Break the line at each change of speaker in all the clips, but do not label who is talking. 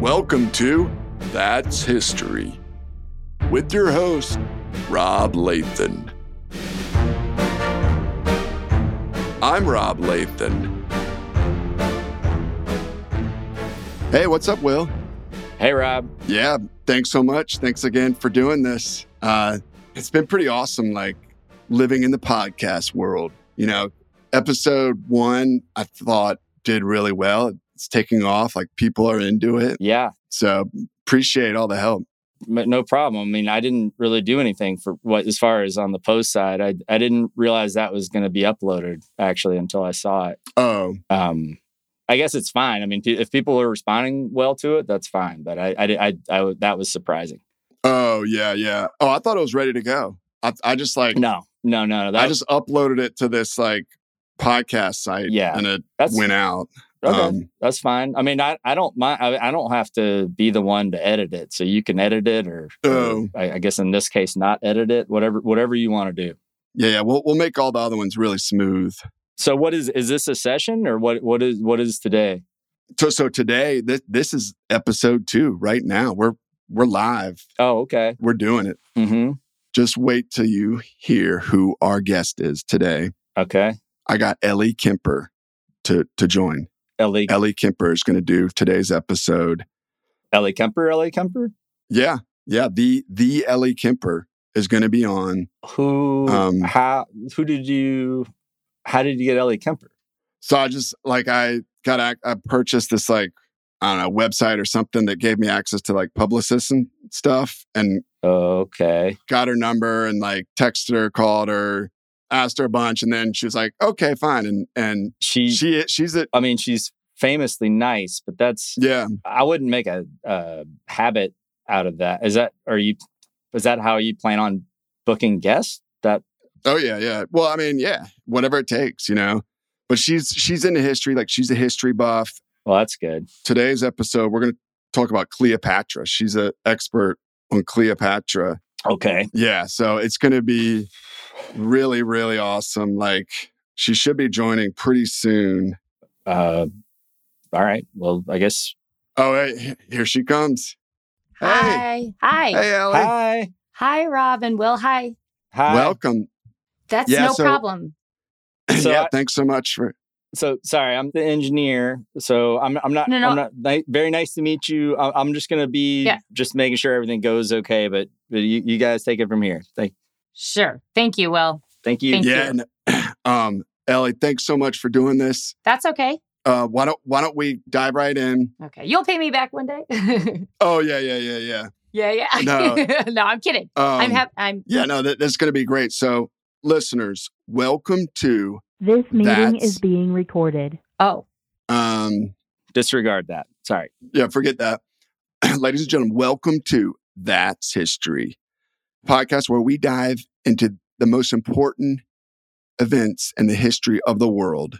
Welcome to That's History with your host, Rob Lathan. I'm Rob Lathan. Hey, what's up, Will?
Hey, Rob.
Yeah, thanks so much. Thanks again for doing this. Uh, it's been pretty awesome, like living in the podcast world. You know, episode one, I thought did really well. It's taking off, like people are into it.
Yeah,
So appreciate all the help.
m- no problem. I mean, I didn't really do anything for what, as far as on the post side, I, I didn't realize that was going to be uploaded actually until I saw it.
Oh,
Um, I guess it's fine. I mean, pe- if people are responding well to it, that's fine. But I, I, di- I, I w- that was surprising.
oh, yeah, yeah. Oh, I thought it was ready to go. I, I just like,
No, no, no, no. That,
I just uploaded it to this like podcast site
Yeah.
and it
that's
went out.
okay.
um,
that's fine. I mean, I, I don't mind. I, I don't have to be the one to edit it. So you can edit it, or, or
Oh.
I, I guess in this case, not edit it. Whatever, whatever you want to do.
Yeah, yeah. We'll, we'll make all the other ones really smooth.
So what is is this a session or what what is what is today?
So, so today, this, this is episode two right now. We're, we're live.
Oh, okay.
We're doing it.
Mm-hmm.
Just wait till you hear who our guest is today.
Okay.
I got Ellie Kemper to, to join.
Ellie
Ellie Kemper is going to do today's episode.
Ellie Kemper, Ellie Kemper?
Yeah, yeah. The the Ellie Kemper is going to be on.
Who
Um,
how who did you how did you get Ellie Kemper?
So I just like I got ac- I purchased this like I don't know website or something that gave me access to like publicists and stuff, and
Okay.
got her number and like texted her, called her, asked her a bunch, and then she was like, "Okay, fine," and and
She,
she she's a
I mean she's famously nice, but that's
yeah
I wouldn't make a, uh habit out of that. Is that are you is that how you plan on booking guests? That
Oh yeah, yeah. Well, I mean, yeah, whatever it takes, you know. But she's she's into history, like she's a history buff.
well that's good.
Today's episode, we're going to talk about Cleopatra. She's an expert on Cleopatra.
Okay.
Yeah, so it's going to be really, really awesome. Like she should be joining pretty soon.
Uh all right. Well, I guess
Oh, hey, here she comes. Hey,
Hi. Hi.
hey, Ellie,
hi.
Hi, Rob and Will. Hi.
Hi.
welcome.
That's
Yeah,
no
so-
problem.
So
yeah,
I-
thanks so much for.
so sorry i'm the engineer so i'm, I'm not
No, no.
i'm not ni- very nice to meet you I, i'm just gonna be
Yeah.
just making sure everything goes okay but, but you, you guys take it from here thank
Sure. Thank you, Will.
thank you
Thank
yeah, and, um, Ellie, thanks so much for doing this.
That's okay.
Uh, why don't why don't we dive right in?
Okay. You'll pay me back one day.
Oh yeah, yeah, yeah, yeah.
yeah, yeah.
No.
no, I'm kidding.
Um,
I'm happy. I'm
Yeah, no, that, that's going to be great. So, listeners, welcome to.
This meeting
That's-
is being recorded.
oh,
Um,
disregard that sorry
yeah, forget that, ladies and gentlemen. Welcome to That's History podcast, where we dive into the most important events in the history of the world.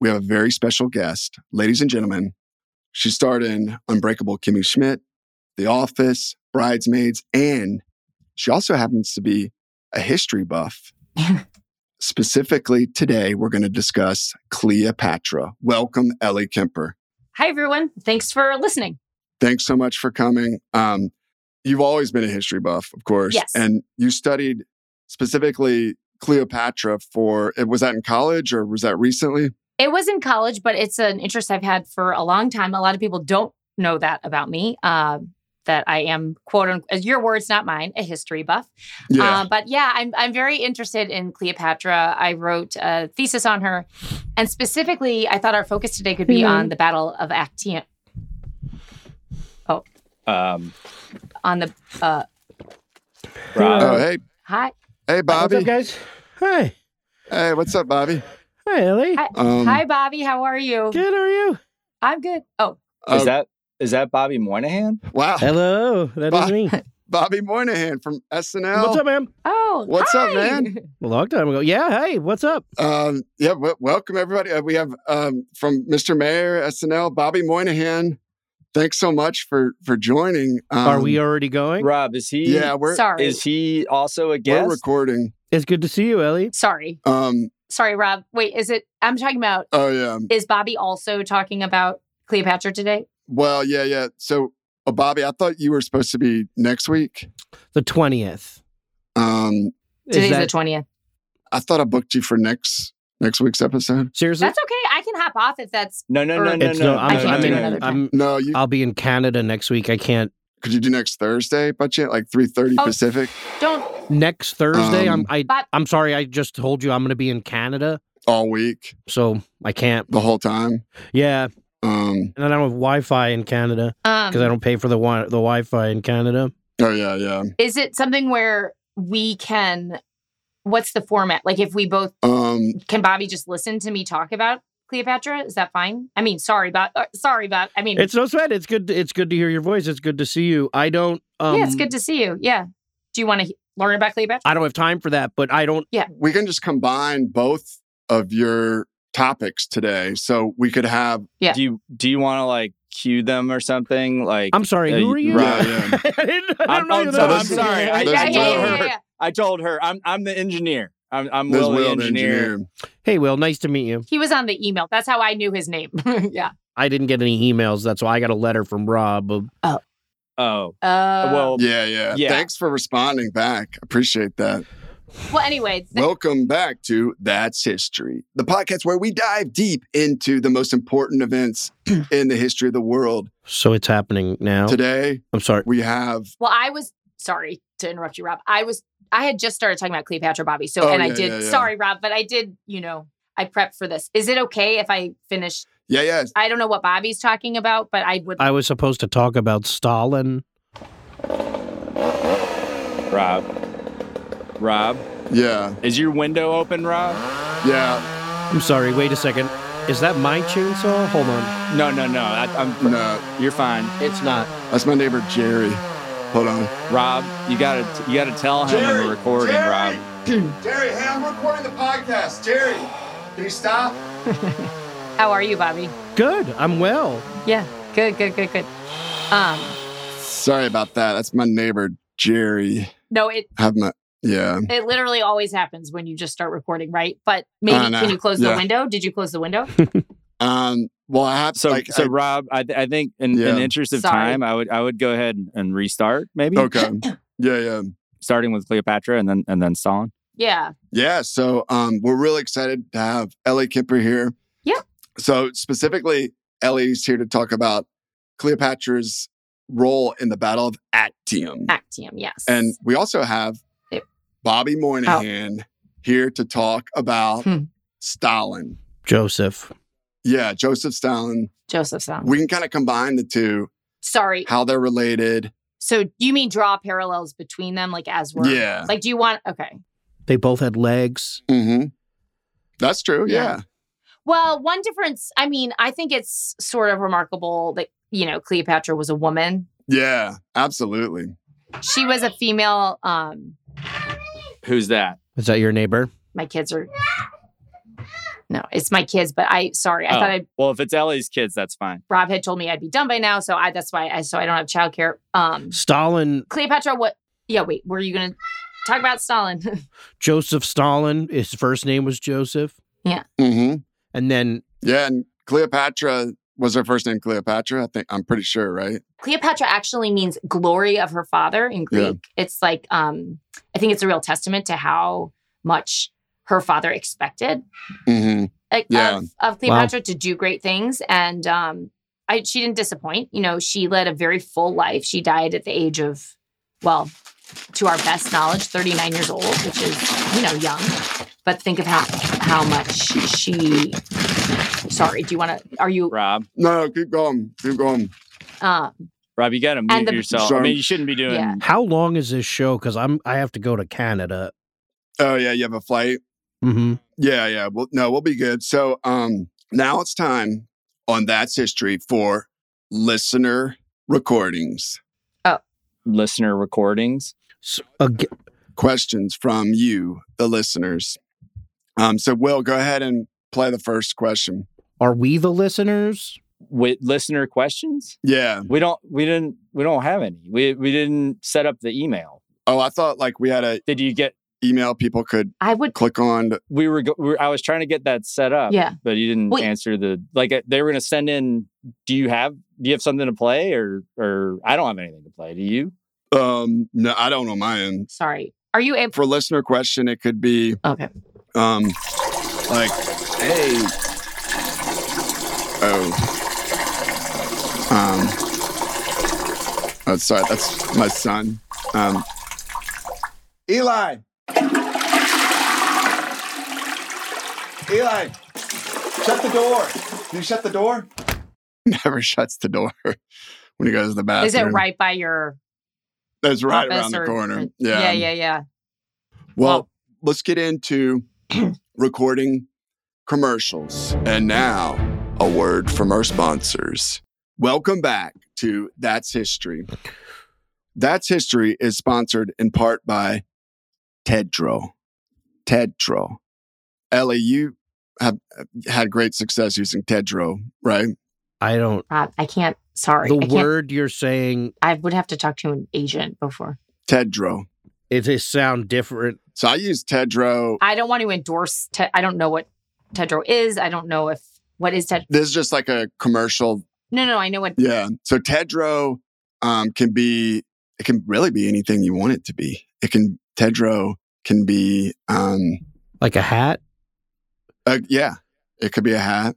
We have a very special guest, ladies and gentlemen. She starred in Unbreakable Kimmy Schmidt, The Office, Bridesmaids, and she also happens to be a history buff. Specifically, today we're going to discuss Cleopatra. Welcome, Ellie Kemper.
hi, everyone. Thanks for listening.
Thanks so much for coming. Um, you've always been a history buff, of course.
Yes.
And you studied specifically Cleopatra for, eh, was that in college or was that recently?
It was in college, but it's an interest I've had for a long time. A lot of people don't know that about me. Uh, that I am quote unquote your words, not mine, a history buff. Um, but yeah, I'm I'm very interested in Cleopatra. I wrote a thesis on her, and specifically, I thought our focus today could be
Mm-hmm.
Mhm.
on the Battle of Actium,
um
on the uh,
rob
um,
oh, hey,
hi
hey, Bobby.
What's up, guys? Hi.
Hey, what's up, Bobby?
Hi, Ellie.
hi,
Um,
hi Bobby, how are you?
Good, how are you?
I'm good. Oh,
is
uh,
that is that bobby moynihan
wow,
Hello. That
Bye.
is me.
Bobby Moynihan from SNL.
What's up, ma'am?
oh,
What's up,
hi.
man?
A long time ago. Yeah, hey, what's up?
Um, yeah, w- welcome everybody. Uh, we have um, from Mr. Mayor SNL, Bobby Moynihan. Thanks so much for for joining. Um,
are we already going?
rob is he
Yeah, we're
sorry,
is he also a
we're
guest
recording.
It's good to see you, Ellie.
sorry,
Um,
sorry, Rob. Wait, is it? I'm talking about.
oh yeah.
Is Bobby also talking about Cleopatra today?
Well, yeah, yeah. So Oh, Bobby, I thought you were supposed to be next week.
The twentieth.
Um,
Today's the twentieth.
I thought I booked you for next next week's episode.
Seriously?
That's okay. I can hop off if that's
No, no, no,
Or-
no,
It's
no.
no,
I
I'm,
can't
I'm
do
in,
another time.
I'm,
No, you
I'll be in Canada next week. I can't.
could you do next Thursday by chance, like three thirty
Oh.
Pacific?
don't
Next Thursday,
Um,
I'm. I,
but-
I'm sorry. I just told you I'm going to be in Canada,
all week
so I can't.
the whole time.
Yeah, and
Um,
then I don't have Wi-Fi in Canada
um
because I don't pay for the wi- the Wi-Fi in Canada.
oh yeah, yeah.
is it something where we can what's the format? Like if we both
Um,
can Bobby just listen to me talk about Cleopatra? Is that fine? I mean, sorry about uh, sorry about I mean
It's no sweat. It's good. It's good to hear your voice. It's good to see you. I don't. Um,
yeah, it's good to see you. Yeah. Do you want to learn about Cleopatra?
I don't have time for that, but I don't.
we can just combine both of your topics today, so we could have.
Yeah.
Do you do you want to like cue them or something? Like
I'm sorry.
Uh,
who are you?
right, yeah.
I didn't, I
I'm-
don't know
I'm sorry,
who that
I'm
was.
sorry. I-
yeah, yeah,
There's Will.
yeah, yeah, yeah.
I told her I'm I'm the engineer. I'm I'm
There's
Will, the
Will, the
engineer.
Hey, Will. Nice to meet you.
He was on the email. That's how I knew his name. yeah.
I didn't get any emails. That's why I got a letter from Rob. Of,
Oh
Uh,
well,
Yeah, yeah,
Yeah.
Thanks for responding back. Appreciate that.
well, anyway, th-
Welcome back to That's History, the podcast where we dive deep into the most important events in the history of the world.
so it's happening now.
Today,
I'm sorry.
we have.
Well, I was sorry to interrupt you, Rob. I was I had just started talking about Cleopatra Bobby. So
Oh,
and I
yeah,
did
yeah, yeah.
sorry, Rob, but I did, you know, I prepped for this. Is it okay if I finish?
Yeah, yeah.
I don't know what Bobby's talking about, but I would
I was supposed to talk about Stalin.
Rob. Rob,
Yeah,
is your window open, Rob?
yeah.
I'm sorry. Wait a second. Is that my chainsaw? Hold on.
No, no, no. I, I'm.
No,
You're fine,
It's not.
that's my neighbor Jerry. Hold on.
Rob. You gotta you gotta tell him
Jerry,
we're recording,
Jerry.
Rob.
Jerry, hey, I'm recording the podcast. Jerry, can you stop?
How are you, Bobby?
Good. I'm well.
Yeah. Good, good, good, good. Um
Sorry about that. That's my neighbor Jerry.
no, it
Have my yeah.
it literally always happens when you just start recording, right? But maybe
Uh, no.
can you close
Yeah.
the window? Did you close the window?
Um. Well, I have
So,
like
so
I-
Rob, I, th- I think in,
Yeah.
in the interest of
Sorry.
time, I would I would go ahead and restart, maybe
okay. Yeah, yeah,
starting with Cleopatra and then and then Stalin.
yeah.
yeah. So, um, we're really excited to have Ellie Kemper here.
Yeah.
So specifically, Ellie's here to talk about Cleopatra's role in the Battle of Actium,
Actium, yes.
and we also have
Yep. Oh.
Bobby Moynihan here to talk about
Hmm.
Stalin.
Joseph.
Yeah, Joseph Stalin.
Joseph Sound.
We can kind of combine the two,
Sorry.
how they're related.
So you mean draw parallels between them like as we're
Yeah.
like do you want okay.
They both had legs.
Mm-hmm. That's true. Yeah.
Yeah. Well, one difference, I mean, I think it's sort of remarkable that, you know, Cleopatra was a woman.
Yeah, absolutely.
She was a female. Um,
Who's that?
Is that your neighbor?
my kids are. No, it's my kids, but I, sorry, I
Oh,
thought I,
well, if it's Ellie's kids, that's fine.
Rob had told me I'd be done by now. So I, that's why I, so I don't have childcare. Um,
Stalin.
Cleopatra, what, yeah, wait, were you going to talk about Stalin?
Joseph Stalin. His first name was Joseph.
Mm-hmm.
And then
Yeah, and Cleopatra was her first name Cleopatra. I think I'm pretty sure, right?
Cleopatra actually means glory of her father in
Yeah.
Greek. It's like um, I think it's a real testament to how much her father expected
Mm-hmm.
like,
Yeah.
of, of Cleopatra to do great things, and um, I, she didn't disappoint. You know, she led a very full life. She died at the age of, well, to our best knowledge, 39 years old, which is you know young. But think of how how much she. Sorry, do you want to? Are you?
Rob,
No, no, keep going. Keep going.
Uh,
Rob, you got to mute
the-
yourself. I
Sorry.
mean, you shouldn't be doing.
Yeah.
how long is this show? Because I'm I have to go to Canada.
Oh yeah, you have a flight.
Mm-hmm.
Yeah, yeah. Well, no, we'll be good. So um now it's time on That's History for listener recordings.
listener recordings.
So, ag-
Questions from you, the listeners. Um, so Will, go ahead and play the first question.
are we the listeners?
With listener questions,
Yeah.
we don't we didn't we don't have any. We we didn't set up the email.
Oh, I thought like we had a
Did you get
email people could
I would.
click on? to-
we were, go- we were I was trying to get that set up.
Yeah.
But you didn't
Wait.
answer the like uh, they were going to send in do you have do you have something to play or or I don't have anything to play. Do you?
Um, no, I don't know mine.
Sorry. Are you able?
For listener question, it could be
Okay.
um, like, hey, oh, um, oh, sorry, that's my son, um, Eli, Eli, shut the door. Can you shut the door? Never shuts the door when he goes to the bathroom.
Is it right by your
That's right around
office
the
or-
corner.
or-
yeah.
Yeah. Yeah. Yeah.
Well, let's get into recording commercials. And now, a word from our sponsors. Welcome back to That's History. That's History is sponsored in part by Tedro. Tedro. Ellie, you have uh, had great success using Tedro, right?
I don't.
Rob, Uh, I can't. Sorry.
The
I can't.
word you're saying,
I would have to talk to an agent before.
Tedro.
it is sound different.
So I use Tedro.
I don't want to endorse. Te- I don't know what Tedro is. I don't know if what is Ted.
This is just like a commercial
No, no, I know what.
Yeah. So Tedro um, can be, it can really be anything you want it to be. It can, Tedro can be, um,
Like a hat?
uh, yeah, it could be a hat.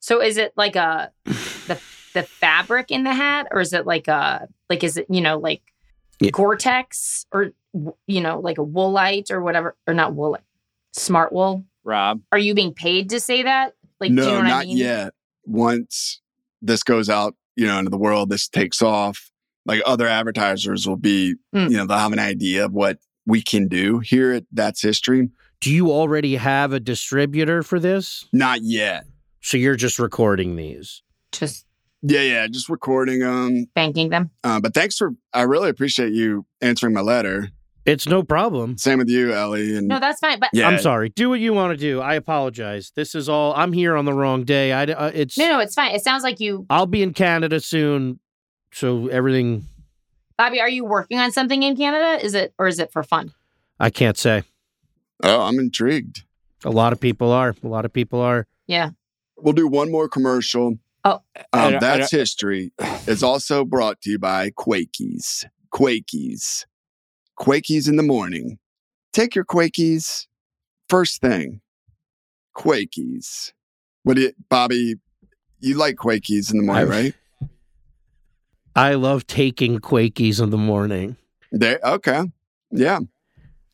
So is it like a the the fabric in the hat, or is it like a like is it you know like
Yeah.
Gore-Tex or w- you know like a woolite or whatever or not woolite, smart wool?
Rob,
Are you being paid to say that? Like
no,
do you know what
not
I mean?
yet. Once this goes out, you know, into the world, this takes off. Like other advertisers will be,
Mm.
you know, they'll have an idea of what we can do here at That's History.
Do you already have a distributor for this?
Not yet.
So you're just recording these?
Just
Yeah, yeah, just recording them.
banking them.
Uh, but thanks for, I really appreciate you answering my letter.
It's no problem.
Same with you, Ellie. And
No, that's fine. But
yeah,
I'm sorry. Do what you want to do. I apologize. This is all. I'm here on the wrong day. I. Uh, it's.
no, no, it's fine. It sounds like you,
I'll be in Canada soon, so everything
Bobby. Are you working on something in Canada? Is it or is it for fun?
I can't say.
Oh, I'm intrigued.
A lot of people are. A lot of people are.
Yeah.
We'll do one more commercial.
Oh.
I
um,
don't- I
that's history. It's also brought to you by Quakies. Quakies. Quakies in the morning. Take your Quakies first thing. Quakies. What do you, Bobby? You like Quakies in the morning,
I-
right?
I love taking Quakies in the morning.
They, okay. Yeah.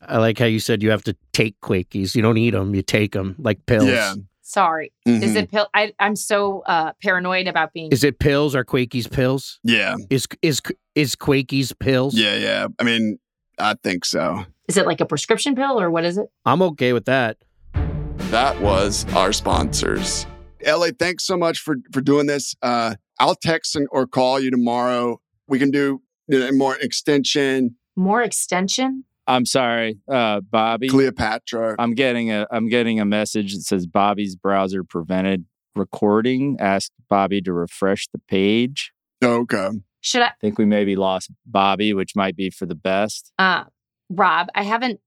I like how you said you have to take Quakies. You don't eat them. You take them like pills.
Yeah.
Sorry, is
Mhm.
it pill? I, I'm so uh, paranoid about being.
Is it pills? Are Quakies pills?
Mm-hmm. Yeah.
Is is is Quakies pills?
Yeah. Yeah. I mean, I think so.
Is it like a prescription pill or what is it?
I'm okay with that.
that was our sponsors. LA, thanks so much for for doing this. Uh, I'll text and, or call you tomorrow. We can do you know, more extension,
More extension?
I'm sorry, uh, Bobby.
Cleopatra.
I'm getting a I'm getting a message that says Bobby's browser prevented recording. Ask Bobby to refresh the page.
Okay.
Should I?
I think we maybe lost Bobby, which might be for the best.
Uh, Rob, I haven't.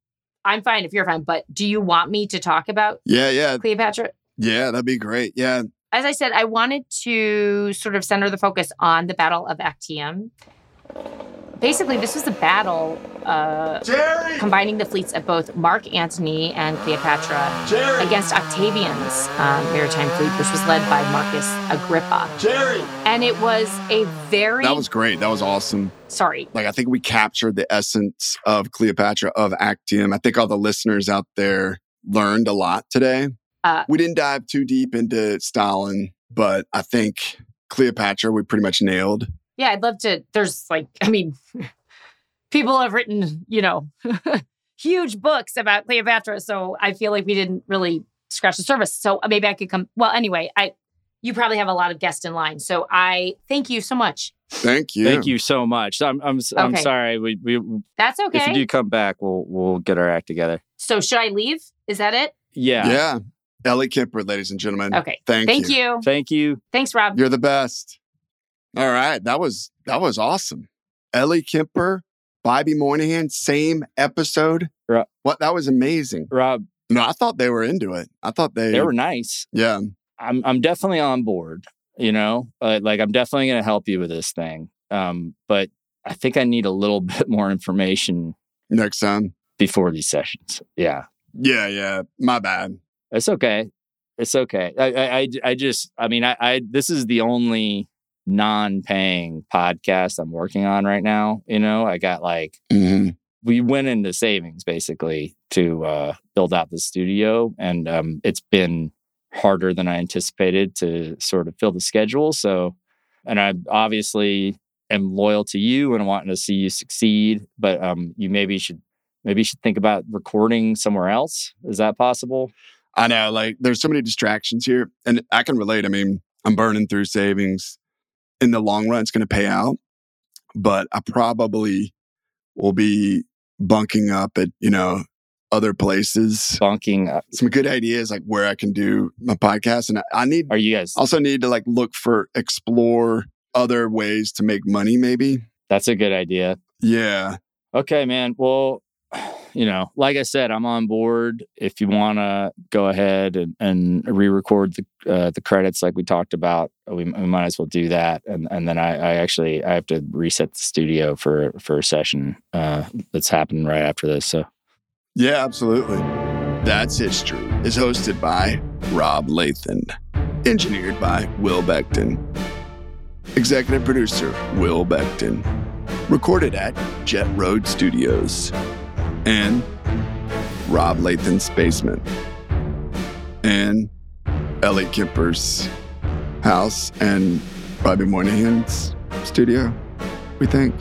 I'm fine if you're fine, but do you want me to talk about
Yeah, yeah,
Cleopatra?
yeah. That'd be great. Yeah,
As I said, I wanted to sort of center the focus on the Battle of Actium. Basically, this was a battle uh,
Jerry,
combining the fleets of both Mark Antony and Cleopatra
Jerry,
against Octavian's um, maritime fleet, which was led by Marcus Agrippa.
Jerry.
And it was a very
That was great. That was awesome.
sorry.
Like I think we captured the essence of Cleopatra of Actium. I think all the listeners out there learned a lot today.
Uh,
we didn't dive too deep into Stalin, but I think Cleopatra we pretty much nailed.
Yeah, I'd love to. There's like, I mean, people have written, you know, huge books about Cleopatra. So I feel like we didn't really scratch the surface. So uh, maybe I could come. Well, anyway, I you probably have a lot of guests in line. So I thank you so much.
Thank you.
Thank you so much. I'm I'm I'm
Okay.
sorry. We we
That's
if you
okay.
do come back, we'll we'll get our act together.
So should I leave? Is that it?
Yeah.
Yeah. Ellie Kipper, ladies and gentlemen.
Okay.
Thank,
Thank
you.
you.
Thank you.
Thanks, Rob.
You're the best. All right. That was that was awesome. Ellie Kemper, Bobby Moynihan, same episode.
Right.
What that was amazing.
Rob,
No, I thought they were into it. I thought they,
they were nice.
Yeah.
I'm I'm definitely on board. You know, uh, like I'm definitely going to help you with this thing. Um, but I think I need a little bit more information
Next time.
before these sessions. Yeah,
Yeah, yeah. My bad.
it's okay. It's okay. I I, I, I just I mean I, I this is the only non-paying podcast I'm working on right now. You know, I got like
Mm-hmm.
we went into savings basically to uh, build out the studio, and um, it's been harder than I anticipated to sort of fill the schedule. So, and I obviously am loyal to you and wanting to see you succeed, but um, you maybe should maybe you should think about recording somewhere else. Is that possible?
I know, like, there's so many distractions here, and I can relate. I mean, I'm burning through savings. In the long run, it's going to pay out, but I probably will be bunking up at, you know, other places.
Bunking? uh,
Some good ideas, like where I can do my podcast. And I, I need,
Are you guys?
also need to like look for, explore other ways to make money, maybe.
That's a good idea.
Yeah.
Okay, man. Well, you know, like I said, I'm on board. If you want to go ahead and, and re-record the uh, the credits, like we talked about, we, we might as well do that. And and then I, I actually I have to reset the studio for for a session uh, that's happening right after this. So
Yeah, absolutely. That's History is hosted by Rob Lathan, engineered by Will Beckton, executive producer Will Beckton, recorded at Jet Road Studios, and Rob Lathan's basement, and Ellie Kemper's house, and Bobby Moynihan's studio, we think.